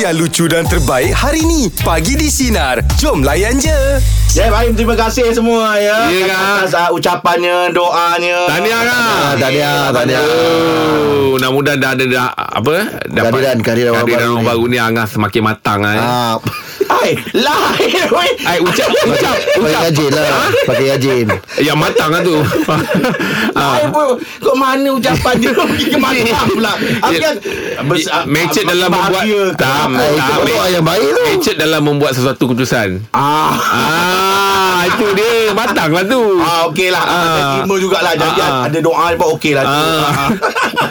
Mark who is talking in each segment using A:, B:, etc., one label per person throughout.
A: yang lucu dan terbaik hari ni. Pagi di Sinar. Jom layan je.
B: Chef Aim Ya, terima kasih semua ya.
C: Ya, Kak.
B: Atas uh, ucapannya, doanya. Ah,
C: Tahniah Kak
D: Tahniah, tahniah.
C: Oh, Mudah-mudahan dah ada dah, Apa dapat
D: Kehadiran, kehadiran orang
C: kehadiran
D: baru
C: orang
D: ni.
C: baru ni Angah semakin matang eh.
D: Ah,
B: Hai, lahir weh.
C: Ai ucap ucap
D: pakai
C: ucap
D: rajin lah Pakai rajin
C: yang matang lah tu. Ah.
B: Hai pun Kau mana ucapan dia Pergi ke matang pula kan- Abian
C: Mecet dalam membuat eh. Tak
D: Ah, Itu
C: tak,
D: pun doa
C: me-
D: yang baik tu
C: Mecet dalam membuat sesuatu keputusan
B: Ah
C: Ah Itu dia Matang lah tu
B: Ah okey lah
C: Ah.
B: Ada terima jugalah Jangan
C: Ah, ah.
B: ada doa pun okey lah tu.
C: Ah.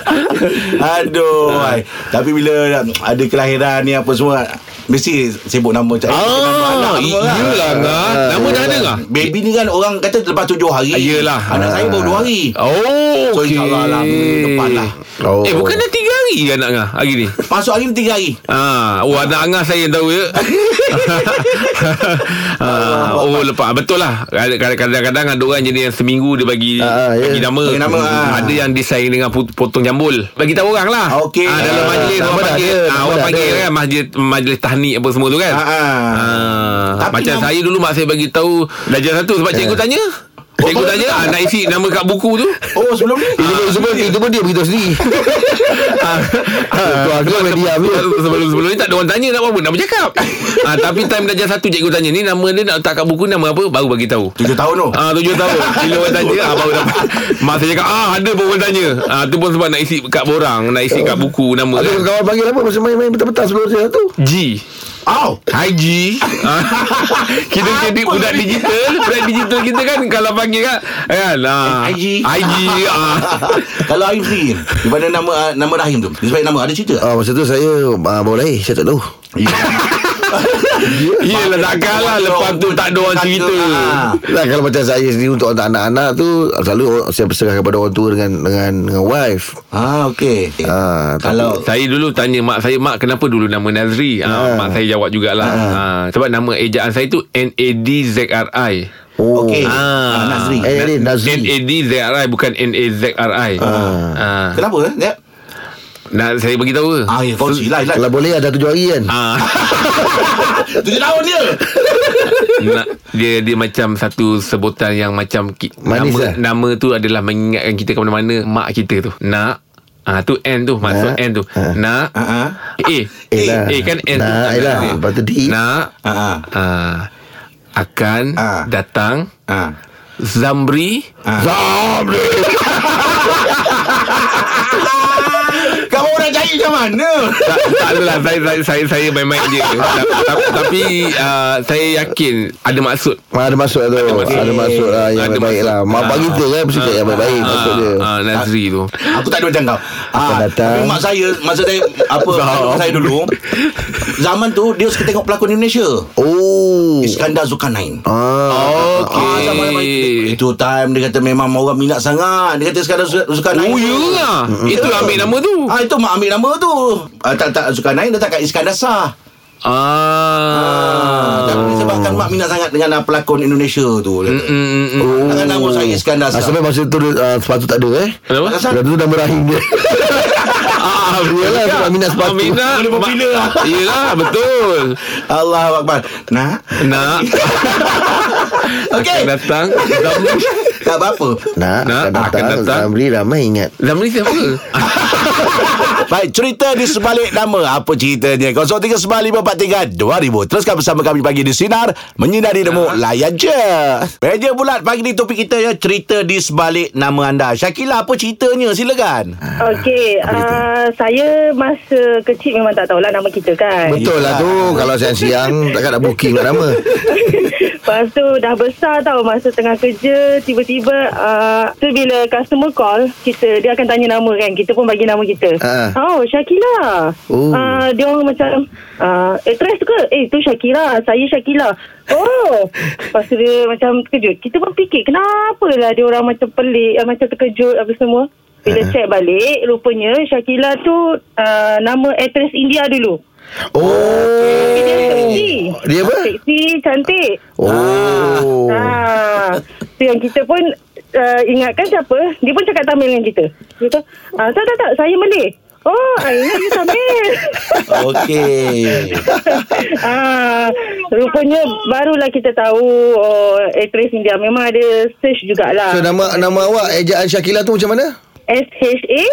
B: Aduh hai. Tapi bila ada kelahiran ni apa semua Mesti sebut nama cari
C: Ah Yelah Angah
D: Ah.
C: Nama dah ada
B: Ah.
C: Angah
B: Baby ni kan orang kata lepas tujuh hari
C: Yelah.
B: Anak saya baru dua
C: Ah.
B: hari
C: Oh
B: So
C: okey.
B: insyaAllah lah Minggu depan lah
D: Oh.
C: Eh bukan dah tiga hari ke anak Angah Hari ni
B: Masuk hari ni tiga hari
C: Ah, oh anak angah saya yang tahu ya. ah, oh lepas betul lah. Kadang-kadang ada orang jadi yang seminggu dia bagi
D: Ah, ah, ya.
C: bagi nama.
B: Bagi nama, ah.
C: Ada yang disaing dengan put- potong jambul. Bagi tahu orang lah.
B: Okey.
C: Ah, dalam
B: Ah,
C: majlis
D: nama
C: orang
D: dah
C: panggil,
D: ada,
C: ah,
D: nama
C: orang
D: dah
C: panggil
D: ada.
C: kan majlis majlis tahnik apa semua tu kan.
B: Ah, ah.
C: Ah,
B: Tapi
C: macam
B: nama-
C: saya dulu mak saya bagi tahu darjah satu sebab cikgu tanya. Cikgu tanya ah, nak isi nama kat buku tu.
B: Oh sebelum ni
C: Ah.
D: Itu pun- itu pun, itu pun dia beritahu sendiri
C: Ah,
D: Keluarga main diam je
C: Sebelum-sebelum ni tak ada orang tanya nak buat apa Nak bercakap ha, Tapi time darjah satu cikgu tanya Ni nama dia nak letak kat buku ni nama apa Baru bagi tahu
B: Tujuh tahun tu
C: Ah tujuh tahun Bila orang tanya ah, Baru dapat Mak saya cakap Ah ada pun orang tanya ah, tu pun sebab nak isi kat borang Nak isi kat buku nama
D: Ada
C: kan.
D: kawan panggil apa Masa main-main petang-petang sebelum saya tu
C: G
B: Au
C: Hi G Ah, Kita jadi
B: Apa
C: budak
B: ni?
C: digital Budak digital kita kan Kalau panggil kan Kan ah,
B: IG.
C: IG ah.
B: Kalau Aim sendiri Daripada nama ah, nama Rahim tu Sebab nama ada cerita
D: Ah, masa tu saya ah, baru lahir Saya tak tahu Ya.
C: Yelah tak kalah Lepas tu tak ada orang cerita
B: Ah.
D: Nah, Lah, kalau macam saya sendiri untuk anak-anak tu selalu orang- saya perserah kepada orang tua dengan dengan dengan wife.
B: Ah okey
D: Ah, tapi-
B: Kalau
C: Saya dulu tanya mak saya Mak kenapa dulu nama Nazri
D: Ah.
C: ha. Ha, Mak saya jawab jugalah ha. Ha, Sebab nama ejaan saya tu N-A-D-Z-R-I
D: Oh.
B: Okey
D: Ah.
B: Ah, Nazri
D: Eh, ni Nazri. Ah.
C: N-A-D-Z-R-I Bukan N-A-Z-R-I ha. ha.
B: Kenapa eh Zep?
C: Nak saya beritahu ke?
B: Ah ya kau silah silah
D: Kalau boleh ada tujuh hari kan.
C: Ah,
B: Tujuh tahun dia
C: nak, dia dia macam satu sebutan yang macam ki,
D: Manis
C: nama
D: lah.
C: nama tu adalah mengingatkan kita ke mana-mana mak kita tu. Nak Ah tu N tu maksud
D: Nak.
C: N tu.
D: Ah.
C: Nak.
B: Ah, ah.
C: Eh.
D: Eh lah.
C: Eh kan N tu.
D: Nah, eh lah. Lepas tu D.
C: Nak.
B: Ah, ah.
C: Ah, akan
B: Ah.
C: datang
B: Ah.
C: Zamri
B: Ah.
C: Zamri
B: Kau orang cari macam mana
C: tak, tak adalah saya saya saya, saya main-main je Ta- ta- tapi uh, saya yakin ada maksud
D: Ah, ada masuk lah tu. Ada masuk,
C: masuk.
D: ada masuk lah yang
C: Ada
D: baik-baik
C: masuk.
D: lah. Mak
C: Ah.
D: bagi kita kan mesti cakap yang baik-baik maksud dia.
C: Ah, ah, Nazri tu
B: Aku tak ada macam kau
D: Akan
B: ah,
D: datang.
B: Tapi mak saya Masa saya Apa mak saya dulu Zaman tu Dia suka tengok pelakon Indonesia
D: Oh.
B: Iskandar Zulkarnain
D: Ah.
B: Ah, zaman-zaman itu,
C: Okey.
B: itu time dia kata memang orang minat sangat. Dia kata sekarang Zul- Zulkarnain.
C: Oh ya lah Itu ambil nama tu
B: Ah itu mak ambil nama tu. Ah, tak tak Zulkarnain letak kat Iskandar Shah.
C: Ah
B: Ah, tapi sebabkan mak minat sangat dengan ah, pelakon Indonesia tu. Dia kata.
C: Mm-mm.
B: Dengan nama saya Iskandar
D: Ah,
B: Shah.
D: sampai masa tu ah, sepatu tak ada eh.
C: Kenapa?
D: Sebab tu nama rahim dia.
C: Ah,
D: Yelah, sebab minat sepatu.
C: Minat
B: Boleh berbila lah.
C: Yelah betul
B: Allah Akbar. Nah,
C: Nak
B: Okey.
C: Akan datang Zamri
B: tak apa-apa.
D: Nak,
C: Nak,
D: akan
C: akan
D: datang.
C: datang.
D: Zamri ramai ingat.
C: Zamri siapa?
B: Baik, cerita di sebalik nama. Apa ceritanya? 0395432000. Teruskan bersama kami pagi di Sinar. Menyinari Demo. Layan je. Meja bulat pagi ni topik kita ya. Cerita di sebalik nama anda. Syakila, apa ceritanya? Silakan.
E: Okey, uh, saya masa kecil memang tak tahulah nama kita kan.
D: Betul lah tu Kalau siang-siang Takkan nak booking kat nama
E: Lepas tu dah besar tau masa tengah kerja tiba-tiba uh, tu bila customer call kita dia akan tanya nama kan kita pun bagi nama kita.
D: Ah.
E: Oh Syakila.
D: Oh.
E: Uh, dia orang macam uh, eh Tres ke? Eh tu Syakila, saya Syakila. Oh. Lepas tu dia macam terkejut. Kita pun fikir kenapa lah dia orang macam pelik uh, macam terkejut apa semua.
D: Ah.
E: Bila check balik rupanya Syakila tu uh, nama actress India dulu.
D: Oh
E: Dia seksi.
D: Dia apa?
E: Seksi, cantik.
D: Oh
E: Ah, tu yang kita pun uh, ingatkan siapa, dia pun cakap Tamil dengan kita. Dia kata, ah, tak, tak, tak, saya Malay. Oh, akhirnya dia Samir.
B: Okey.
E: ah, rupanya barulah kita tahu oh, aktris India memang ada search jugalah.
D: So nama nama awak ejaan Syakila tu macam mana?
E: S H A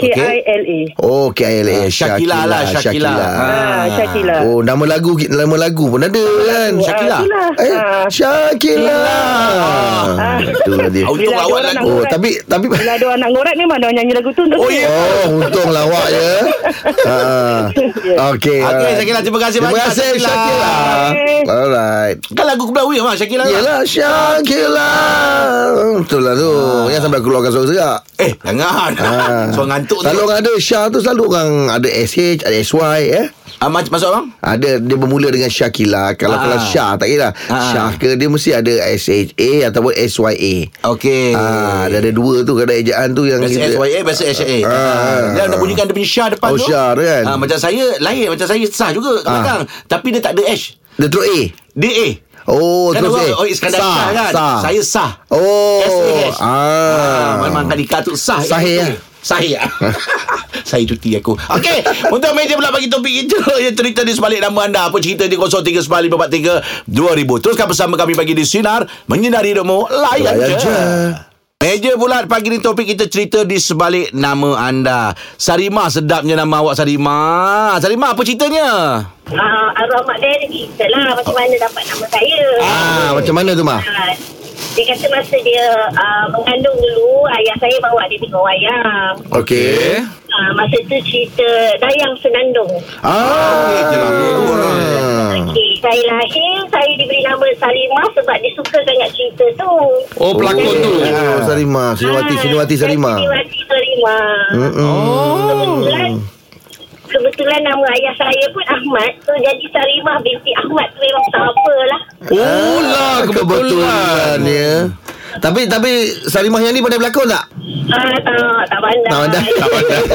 E: K I L A.
D: Oh KLA
B: Ah, Syakila lah, Syakila.
E: Ah, Syakila.
D: Oh nama lagu nama lagu pun ada kan
B: Syakila.
E: Ah, itulah.
D: Eh
E: Ah.
D: Syakila
E: Ah.
D: Itulah dia
B: Ah, Untung
E: Bila ada
B: awak
E: orang
B: lagu.
E: nak
D: Oh
E: ngorat.
D: tapi tapi
E: Bila ada orang nak ngorat memang dia orang nyanyi lagu tu.
B: Oh, ya.
D: Oh untung lah awak ya ah. Okay
B: Okey,
D: alright.
B: Syakila terima kasih
D: Terima
B: banyak.
D: kasih Syakila Alright
B: Kan lagu Kebelawi mak Syakila.
D: Yelah Syakila Betul lah tu Yang sampai keluarkan suara serak
B: Eh, jangan.
D: Ah.
B: Ah. Suara ngantuk
D: Selalu orang ada Syah tu Selalu orang ada SH Ada SY eh
B: Ah, mac- masuk abang?
D: ada dia bermula dengan Syakila kalau
B: Ah.
D: kalau Syah tak kira
B: Ah.
D: Syah ke dia mesti ada SHA ataupun SYA
B: Okey.
D: ah dia ada dua tu kadang ejaan tu yang
B: Biasa SYA Biasa SYA
D: Ah.
B: ah. Dia nak bunyikan Dia punya syah depan
D: Oh,
B: tu
D: syah tu kan?
B: ah, Macam saya Lain macam saya Sah juga kat
D: Ah.
B: belakang Tapi dia tak ada H
D: dia terus A
B: Dia A
D: oh
B: Kan
D: terus
B: orang
D: A
B: Oh Iskandar Shah kan
D: sah.
B: Saya sah
D: oh
B: SAH.
D: ah
B: Memang tadi tu sah
D: Sahih
B: Eh,
D: lah.
B: Sahih lah Saya cuti aku Okey Untuk meja pula bagi topik kita Ya cerita di sebalik nama anda Apa cerita di 0395432000 Teruskan bersama kami pagi di Sinar Menyinari Demo Layan, je.
D: Layan je.
B: Meja bulat pagi ni topik kita cerita di sebalik nama anda. Sarima sedapnya nama awak Sarima. Sarima apa ceritanya?
F: uh, arwah mak dia lagi cerita lah macam mana dapat nama saya.
D: ah macam mana tu mah
F: Ah, Dia kata masa dia uh, mengandung dulu, ayah saya bawa dia tengok wayang.
D: okey
F: Uh, masa tu cerita Dayang Senandung.
D: ah
F: Okay, saya lahir, saya diberi nama Salimah sebab dia suka sangat cerita tu.
C: Oh pelakon tu
D: Oh, Sarimah Sinwati
F: Ah,
D: Sinwati
F: saya
D: Sarimah
F: Siniwati Salimah.
C: Oh.
F: Kebetulan, kebetulan nama ayah saya pun Ahmad. So, jadi Salimah binti Ahmad tu memang tak apa lah.
C: Oh lah kebetulan
D: ya tapi tapi Sarimah yang ni pandai berlakon tak?
F: Ah, tak, tak pandai.
D: Tak pandai. Tak pandai.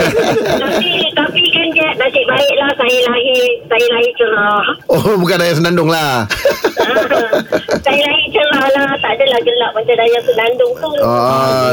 F: tapi, tapi kan dia nasib baiklah saya lahir, saya lahir cerah.
D: Oh bukan Dayang Senandung lah
F: Ah, saya lahir cerah lah. Tak adalah gelap macam daya senandung tu.
D: Ah,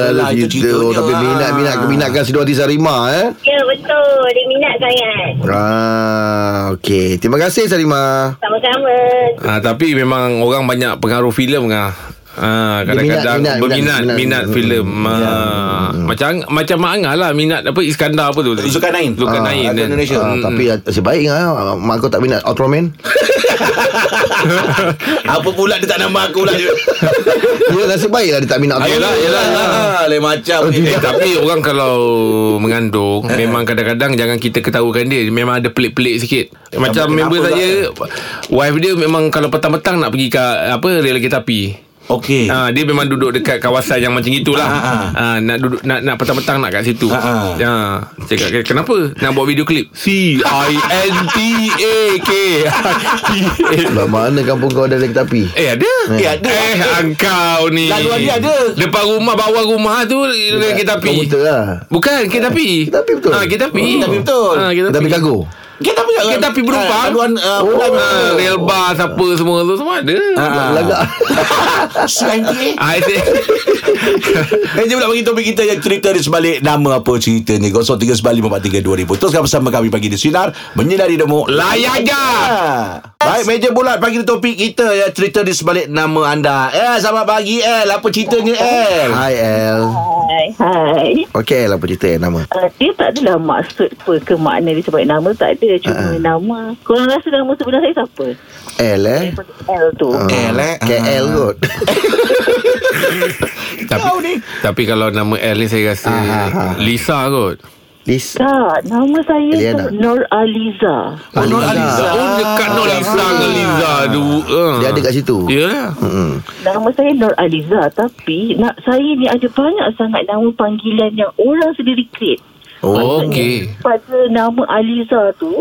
B: Yelah,
D: lalu
B: itu
D: cerita.
B: cerita
D: Oh,
B: dia.
D: tapi
B: Ah.
D: minat-minat minatkan Sidwati Sarima eh.
F: Ya, betul. Dia minat sangat.
D: Ah, okey. Terima kasih Sarima.
F: Sama-sama.
C: Ah, tapi memang orang banyak pengaruh filem kan. Ah, kadang-kadang
D: minat, minat,
C: berminat
D: minat,
C: minat, minat,
D: minat.
C: filem. Ah, Macam macam Mak Angah lah minat apa Iskandar apa tu?
B: Zulkarnain.
C: Zulkarnain.
B: Ah,
C: kan.
B: Indonesia.
D: Ah,
C: Mm.
D: tapi nasib baik ah mak kau tak minat Ultraman.
B: apa pula dia tak nama aku lah.
D: ya nasib baiklah dia tak minat
C: Ayolah,
D: Ultraman.
C: ayolah, ayolah.
B: Ah, Lain macam.
C: Eh, tapi orang kalau mengandung Memang kadang-kadang Jangan kita ketahukan dia Memang ada pelik-pelik sikit Macam
B: Kenapa
C: member
B: tak
C: saya Wife dia memang Kalau petang-petang nak pergi ke Apa Rela kereta api
B: Okey.
C: Ha, dia memang duduk dekat kawasan yang macam itulah.
B: Eh. Ah, ah,
C: Ha, nak duduk nak nak petang-petang nak kat situ.
B: Ah, ah.
C: Ha, cakap "Ke- kenapa nak buat video klip? C I N T A K.
D: Lah mana kampung kau ada dekat tepi?
C: Eh ada
B: Eh, ada.
C: Eh engkau ni
B: Laluan dia ada.
C: Depan rumah Bawah rumah tu Rela kereta api
D: Komputer lah.
C: Bukan kereta api
D: Kereta api betul.
C: ha, Kereta api
B: Kereta api betul.
C: ha, Kereta
D: Kita
C: api
D: pergi kago.
B: Kita punya
C: Kita pergi berubah.
B: Aduan uh,
D: Oh.
C: ha,
B: oh.
C: Rail bus apa semua tu Semua ada
B: Ah.
D: Lagak.
B: CNTA.
C: ha, itu-
B: Meja pula bagi topik kita yang cerita di sebalik nama apa cerita ni. 0395432000. Teruskan bersama kami pagi di Sinar. Menyinari demo. Layak je. Ah. Baik, meja bulat pagi di topik kita yang cerita di sebalik nama anda. Eh, selamat pagi El. Apa ceritanya El?
D: Hi El.
E: Hai, hai.
D: Okey El apa cerita El nama?
E: Uh, dia tak adalah maksud apa ke makna dia sebab nama tak ada cuma
D: Ah.
E: uh. nama korang rasa nama sebenar saya siapa
D: El eh.
E: daripada L tu
D: Ah,
B: El, eh.
D: KL kot.
C: Tapi, tapi kalau nama L ni saya rasa
D: Ah, ah, ah.
C: Lisa kot
D: Lis.
E: tak nama saya
D: Eliana.
E: tu Nur Aliza
C: Oh, Nur Aliza. Oh, dekat Nur Aliza dengan Liza tu. Ah.
D: Dia ada kat situ.
B: Ya.
C: Yalah.
D: Hmm.
E: nama saya Nur Aliza tapi nak saya ni ada banyak sangat nama panggilan yang orang sendiri create
C: Oh, okey.
E: pada nama Aliza tu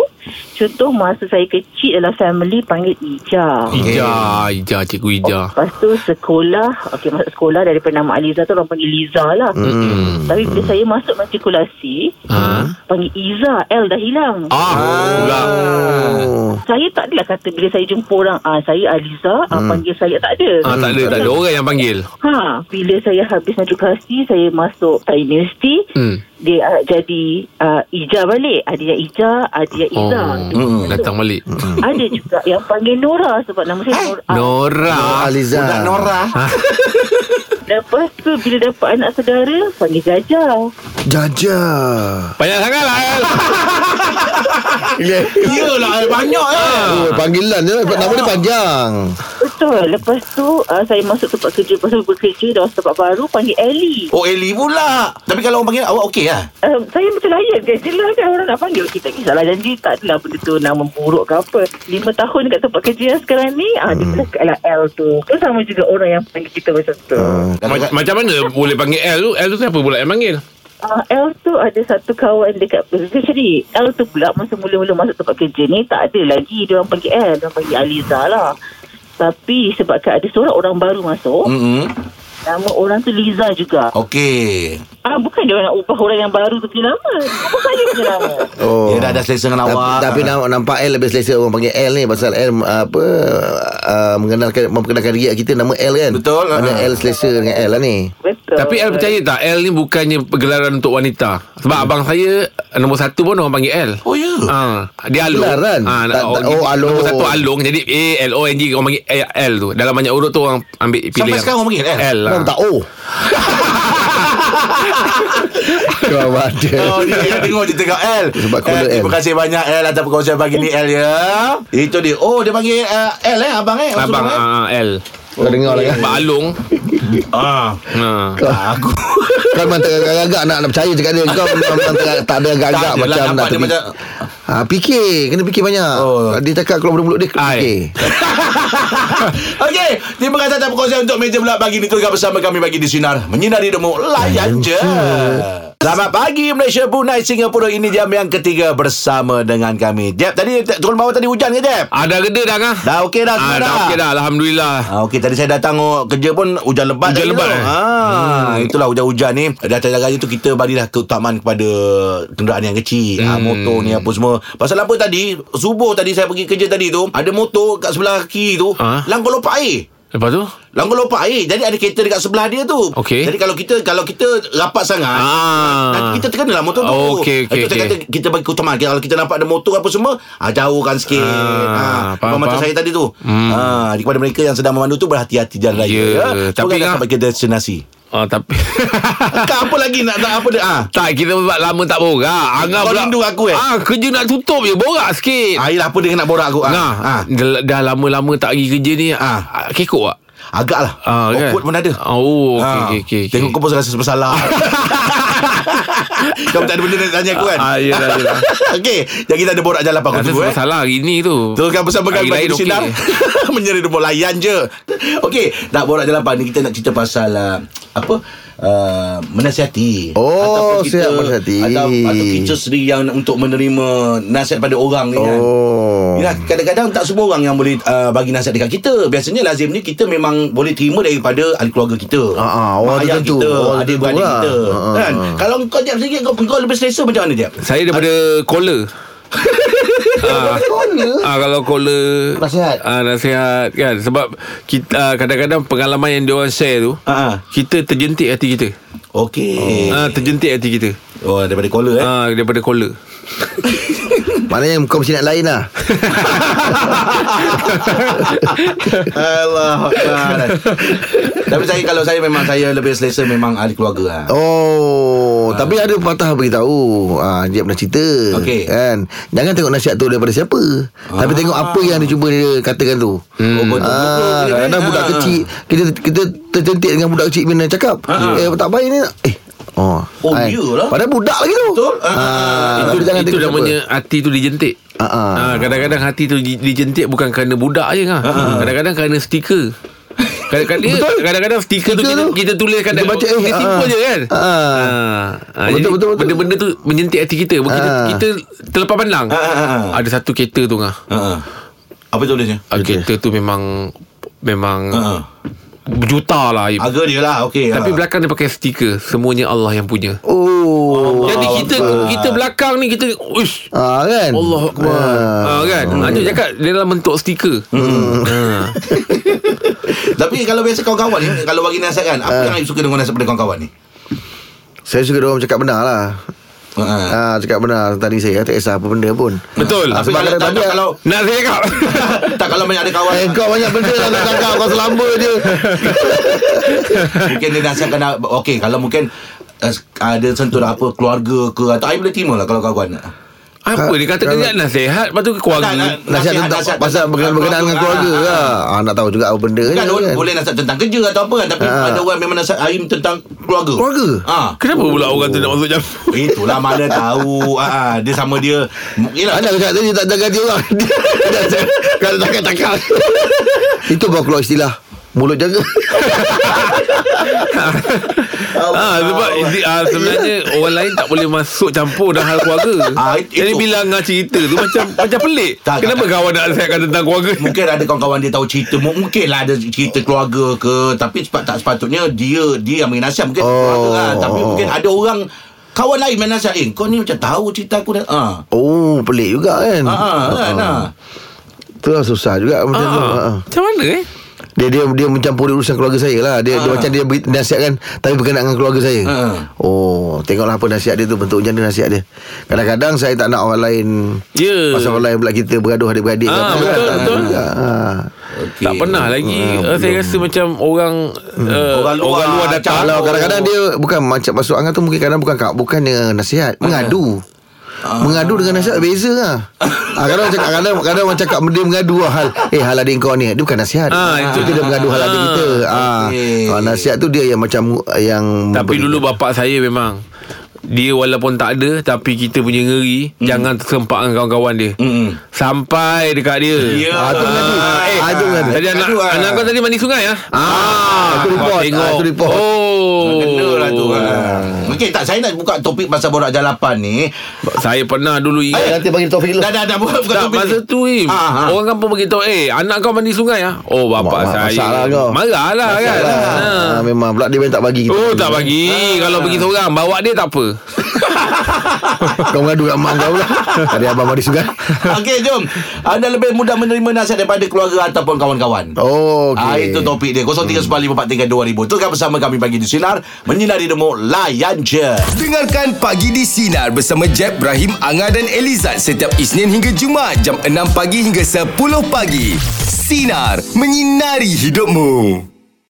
E: contoh masa saya kecil dalam family panggil Ija
C: Ija, Ija, Cikgu Ija.
E: Lepas tu sekolah Okey masuk sekolah Daripada nama Aliza tu Orang panggil Liza lah
C: Hmm.
E: Tapi bila saya masuk matrikulasi
C: Ha?
E: Panggil Iza L dah hilang
C: Oh. Ah, pula.
D: Oh.
E: so, saya tak adalah kata bila saya jumpa orang, ah saya Aliza, ah, panggil saya tak ada.
C: Hmm. Ah, tak ada, tak ada orang yang panggil.
E: Ha, bila saya habis edukasi, saya masuk ke universiti,
C: Hmm.
E: dia uh, jadi uh, Ija balik. Ada yang Ija, ada yang
C: Oh,
E: Iza.
C: hmm, datang balik.
E: Ada juga yang panggil Nora sebab nama saya Nora.
C: Ah. Nora.
D: Aliza
B: Ah, Budak Nora.
E: Lepas tu bila dapat anak saudara, panggil Gajah.
D: Jaja
C: Banyak sangat lah. Al.
B: Yelah, eh, banyak eh.
C: Ah.
D: Oh, panggilan dia nama
B: Ah.
D: dia panjang.
E: Betul. Lepas tu uh, saya masuk tempat kerja. Lepas tu bekerja dalam tempat baru, panggil Ellie.
B: Oh, Eli pula. Tapi kalau orang panggil awak okey lah.
E: Um, saya macam layan je Jelas kan orang nak panggil Okey tak kisahlah janji Tak adalah benda tu Nama buruk ke apa Lima tahun dekat tempat kerja yang sekarang ni ah, Dia pula kat lah L tu Itu sama juga orang yang panggil kita macam tu
B: Ah.
E: uh.
C: Ma- Macam mana boleh panggil L tu? L tu siapa pula yang panggil?
E: Ah, L tu ada satu kawan dekat Jadi L tu pula Masa mula-mula masuk tempat kerja ni Tak ada lagi Dia orang panggil L Dia orang panggil Aliza lah Tapi sebabkan ada seorang orang baru masuk
B: Mm-mm.
E: Nama orang tu Liza juga
B: Okey.
E: ah, Bukan dia nak ubah orang yang baru tu punya nama Ubah saya punya nama
D: Oh.
B: Dia Ya, dah ada selesa dengan
D: Tapi,
B: awak.
D: tapi nampak, nampak L lebih selesa orang panggil L ni pasal L uh, apa uh, mengenalkan memperkenalkan diri kita nama L kan.
B: Betul,
D: Mana
B: ha.
D: L selesa dengan L lah ni.
E: Betul
C: Tapi L percaya tak L ni bukannya gelaran untuk wanita Sebab abang saya Nombor satu pun orang panggil L
B: Oh, ya.
C: Ah, dia Alung
B: kan?
D: Gelaran?
C: Ah,
D: Tak-
C: orang-
D: tak- oh, Alung.
C: Nombor satu Alung Jadi A L O N G Orang panggil A- L tu Dalam banyak urut tu orang ambil pilih
B: Sampai
C: yang-
B: sekarang orang panggil L?
C: L lah.
D: Kenapa tak O? Kau ada.
B: Oh, dia yang tengok je tengok L.
D: Sebab
B: Eh,
D: caller
B: Terima
D: L.
B: kasih banyak L atas perkongsian pagi ni L ya. Itu dia. Oh, dia panggil uh, L eh abang eh. Orang
C: Abang
B: suruh, eh?
C: ah, L
D: Kau dengar lah kan.
C: Abang Alung
B: Ah.
C: ah.
B: Aku
D: Kau memang teragak-agak nak, nak percaya cakap dia. Kau memang teragak, tak ada agak-agak
B: Tak ada lah,
D: macam nak
B: nampak dia
D: terfikir.
B: macam-
D: Ha, fikir. Kena fikir banyak.
B: Oh.
D: Dia cakap keluar dari mulut dia, kena
C: Ai.
D: fikir.
B: Okey, terima kasih atas perkongsian untuk meja bulat pagi ni Tunggu bersama kami bagi di Sinar Menyinari Demo Layan Je Selamat pagi Malaysia, Brunei, Singapura Ini jam yang ketiga bersama dengan kami Jeb, tadi t- turun bawah tadi hujan ke Jeb?
C: Ada geda dah kah?
B: Dah okey dah,
C: ah,
B: semua
C: Dah okey dah Alhamdulillah
B: Ah, Okey tadi saya datang oh, kerja pun hujan lebat
C: Hujan
B: tadi
C: lebat,
B: tu.
C: eh?
B: Ha, hmm. itulah hujan-hujan ni. Datang raya tu kita berilah keutamaan kepada kenderaan yang kecil, hmm. ha, motor ni apa semua. Pasal apa tadi? Subuh tadi saya pergi kerja tadi tu, ada motor kat sebelah kiri tu,
C: Ha?
B: langgar lopak air.
C: Lepas tu
B: Langgar lopak air Jadi ada kereta dekat sebelah dia tu
C: Okey.
B: Jadi kalau kita Kalau kita rapat sangat
C: Ah.
B: Nanti kita terkenalah motor tu
C: Oh, okey, okey,
B: Itu saya
C: okey.
B: kata Kita bagi keutamaan Kalau kita nampak ada motor apa semua ah, Jauhkan sikit ah,
C: Ah, faham,
B: Macam
C: faham.
B: saya tadi tu hmm. ah, jadi Kepada mereka yang sedang memandu tu Berhati-hati jalan raya
C: Ya, tapi
B: Tapi
C: kan-
B: sampai ke destinasi
C: ah, Tapi
B: Kau apa lagi nak, nak apa dia ah?
C: Tak kita sebab lama tak borak Angah
B: Kau rindu aku, eh?
C: ah, Kerja nak tutup je Borak sikit
B: Ah, yelah, apa dia nak borak aku ah.
C: Nah,
B: Ah.
C: Dah, dah lama-lama tak pergi kerja ni ah. Kekok tak?
B: Agak lah
C: Ah, kan?
B: Awkward pun ada Ah,
C: Oh, okey, okey, okey, okey.
B: Tengok kau pun rasa bersalah Kau tak ada benda nak tanya aku kan
C: Ah, yelah, yelah.
B: Okey Yang kita ada borak jalan apa aku
C: Rasa
B: dulu
C: sebab
B: eh
C: salah hari ni tu
B: Teruskan bersama
C: Hari
B: kami Bagi
C: lain
B: di Sinar
C: okey.
B: Menyeri rumah layan je Okey Nak borak jalan apa ni Kita nak cerita pasal uh, Apa uh, Menasihati
D: Oh,
B: Ataupun kita-
D: siap menasihati.
B: atau, atau kita sendiri yang Untuk menerima Nasihat pada orang ni kan
D: Oh.
B: Yalah, kadang-kadang tak semua orang yang boleh uh, bagi nasihat dekat kita. Biasanya lazimnya kita memang boleh terima daripada ahli keluarga kita.
D: Ah, ah, orang
B: Mak ayah
D: tertentu.
B: kita,
D: Orang
B: adik-beradik
D: tertentu
B: kita.
D: lah. Ah, ah,
B: kan?
D: ah.
B: Kalau kau jap sikit kau, kau lebih selesa macam mana jap?
C: Saya daripada caller ah, ah, Kalau caller
D: Nasihat.
C: ah, Nasihat kan Sebab kita ah, Kadang-kadang pengalaman yang diorang share tu
B: Ah, ah.
C: Kita terjentik hati kita
B: Okey.
D: Eh.
C: ah, Terjentik hati kita
B: Oh, daripada caller eh.
C: ah, Daripada caller
D: Maknanya kau mesti nak lain lah.
B: Allah Tapi saya kalau saya memang saya lebih selesa memang ahli keluarga lah. Ah.
D: Oh, tapi ada patah beritahu. Ah, dia pernah cerita.
B: Okey. Ah.
D: Kan. Jangan tengok nasihat tu daripada siapa. Tapi tengok apa yang dia cuba dia katakan tu.
B: Hmm. Oh, betul.
D: Ah,
B: Betul.
D: kadang
B: Ah.
D: budak kecil kita kita tercentik dengan budak kecil bila cakap. Eh, tak baik ni. Eh, Oh,
B: Oh,
D: kan.
B: iyalah.
D: Padahal budak lagi tu
B: Betul. Ah,
D: ah,
C: Itu,
D: tapi jangan
C: itu
D: tengok
C: namanya hati tu dijentik
D: Ah, ah.
C: Ah, Kadang-kadang hati tu di- dijentik Bukan kerana budak je kan
D: ah.
C: Kadang-kadang kerana stiker Kadang-kadang, dia- kadang-kadang stiker tu kita,
D: Stiker tu.
C: kita tulis kat
D: Kita baca, eh,
C: dia
D: ah,
C: simple
D: ah.
C: je kan.
D: Ah, ah.
C: Ah,
D: Betul,
C: jadi
D: betul, betul.
C: Benda-benda tu menyentik hati kita. Kita,
D: Ah.
C: kita terlepas pandang.
D: Ha,
B: Ah, ah, ah.
C: Ada satu kereta tu ngah.
B: Ha. Apa tulisnya?
C: Ah, kereta tu memang memang
B: Ha.
C: berjuta lah Aib.
B: Harga dia lah okey.
C: Tapi
B: ha.
C: belakang dia pakai stiker Semuanya Allah yang punya
D: Oh.
C: Jadi kita kita belakang ni kita ush
D: Ah kan.
C: Allah Akbar ha,
D: Ah.
C: kan hmm. Itu cakap Dia dalam bentuk stiker hmm. ha.
B: Tapi kalau biasa kawan-kawan ni Kalau bagi nasihat kan Apa
D: Ah.
B: yang Aib suka dengan nasihat pada kawan-kawan ni
D: Saya suka orang cakap benar lah.
B: Ha.
D: Ah cakap benar tadi saya tak kisah apa benda pun. Ah,
C: Betul
B: Tapi
D: Sebab
B: kalau tak,
D: kena
B: tak,
D: tabiat.
B: kalau
C: Nak saya cakap
B: tak kalau banyak ada kawan
D: Eh kau banyak benda lah nak cakap kau selamba je.
B: mungkin dia nasihatkan okey kalau mungkin uh, ada sentuh apa keluarga ke atau Aib boleh terima lah kalau kawan.
C: Apa dia kata Kejap nasihat Lepas tu keluarga
D: Nasihat tentang pasal berkenaan berkenaan dengan keluarga lah. Ah nak tahu juga apa benda
B: Kan
D: je
B: orang boleh nasihat tentang kerja atau apa kan Tapi
D: Ha.
B: ada orang memang nasihat Aim tentang keluarga
D: Keluarga?
B: ha.
C: Kenapa pula orang
D: Oh.
C: tu nak masuk jam
B: Itulah mana tahu ha, Dia sama dia Yelah
D: Anak cakap tadi tak jaga dia orang. Dia cakap, Kalau takkan takkan. Itu baru keluar istilah mulut jaga.
C: Ah, sebab izi- ah, sebenarnya orang lain tak boleh masuk campur dalam hal keluarga.
B: Ah, it-
C: Jadi
B: itu.
C: bila ngah cerita tu macam macam pelik.
B: Tak, tak,
C: Kenapa
B: tak.
C: kawan nak nasihatkan tentang keluarga?
B: Mungkin ada kawan-kawan dia tahu cerita mu- Mungkinlah ada cerita keluarga ke Tapi sepat, tak sepatutnya Dia dia yang bagi nasihat Mungkin oh.
D: Oh.
B: keluarga lah Tapi mungkin ada orang Kawan lain main nasihat Eh kau ni macam tahu cerita aku dah ha.
D: Oh, pelik juga kan.
B: Ha, ha, kan, ha.
D: Itulah susah juga macam tu. Ha, ha.
C: Ah, macam mana eh?
D: Dia dia dia mencampuri urusan keluarga saya lah. Dia, dia
B: Ah.
D: macam dia beri nasihat kan tapi berkenaan dengan keluarga saya.
B: Ah.
D: Oh, tengoklah apa nasihat dia tu bentuk macam mana nasihat dia. Kadang-kadang saya tak nak orang lain
C: Ya.
D: pasal orang lain pula kita bergaduh adik-beradik
C: Ah,
D: apa kan?
C: betul,
D: tak nak
C: betul.
D: juga. Ah.
B: Okay.
C: Tak pernah lagi ah, saya rasa macam orang ah,
B: Orang luar
C: orang luar datang.
B: Kalau
D: Kalau kadang-kadang dia bukan macam masuk angin tu mungkin kadang bukan kak bukan dengan nasihat, mengadu. Mengadu dengan nasihat beza lah ha, Kadang orang cakap Kadang, kadang orang cakap Dia mengadu lah hal Eh hal adik kau ni Dia bukan nasihat
C: Ah, itu.
D: Itu dia mengadu hal adik
C: Ah,
D: kita ha,
B: okey.
D: ha, Nasihat tu dia yang macam Yang
C: Tapi
D: memberi-
C: dulu bapak saya memang dia walaupun tak ada tapi kita punya ngeri mm. jangan tersempak dengan kawan-kawan dia.
B: Mm.
C: Sampai dekat dia.
B: Ya.
D: Ah, tu mengadu. Ah, tu mengadu.
C: Tadi anak
B: Mengadu, ah.
C: anak kau tadi mandi sungai ah.
D: Ah, tu report.
C: kau tengok.
D: Ah, tu report. ah.
C: Oh. Hmm.
B: Kena lah tu ha. Okey tak saya nak buka topik Pasal borak jalapan ni
C: Saya pernah dulu
D: Eh,
C: ingat
D: Nanti panggil Taufik dulu
B: Dah dah dah Bukan, bukan
C: tak,
B: topik
C: masa
B: ni.
C: tu eh,
B: Ah, ah.
C: Orang kampung beritahu Eh anak kau mandi sungai ah? Oh bapa
D: Mak- mak-
C: saya
D: masalah kau.
C: Marah lah kan
D: Ah,
C: ha.
D: Memang pula dia memang tak bagi kita.
C: Oh tak bagi Kalau pergi seorang Bawa dia tak apa
D: Kau mengadu kat mak kau pula Ada abang mari sugar
B: Okey jom Anda lebih mudah menerima nasihat Daripada keluarga Ataupun kawan-kawan
D: Oh
B: Ah,
D: okay.
B: itu topik
C: Hmm.
B: dia 0395432000. Teruskan bersama kami pagi di sinar menyinari demo layan je.
A: Dengarkan Pagi di Sinar bersama Jeb, Ibrahim, Anga dan Elizad setiap Isnin hingga Jumaat jam 6 pagi hingga 10 pagi. Sinar. Menyinari hidupmu.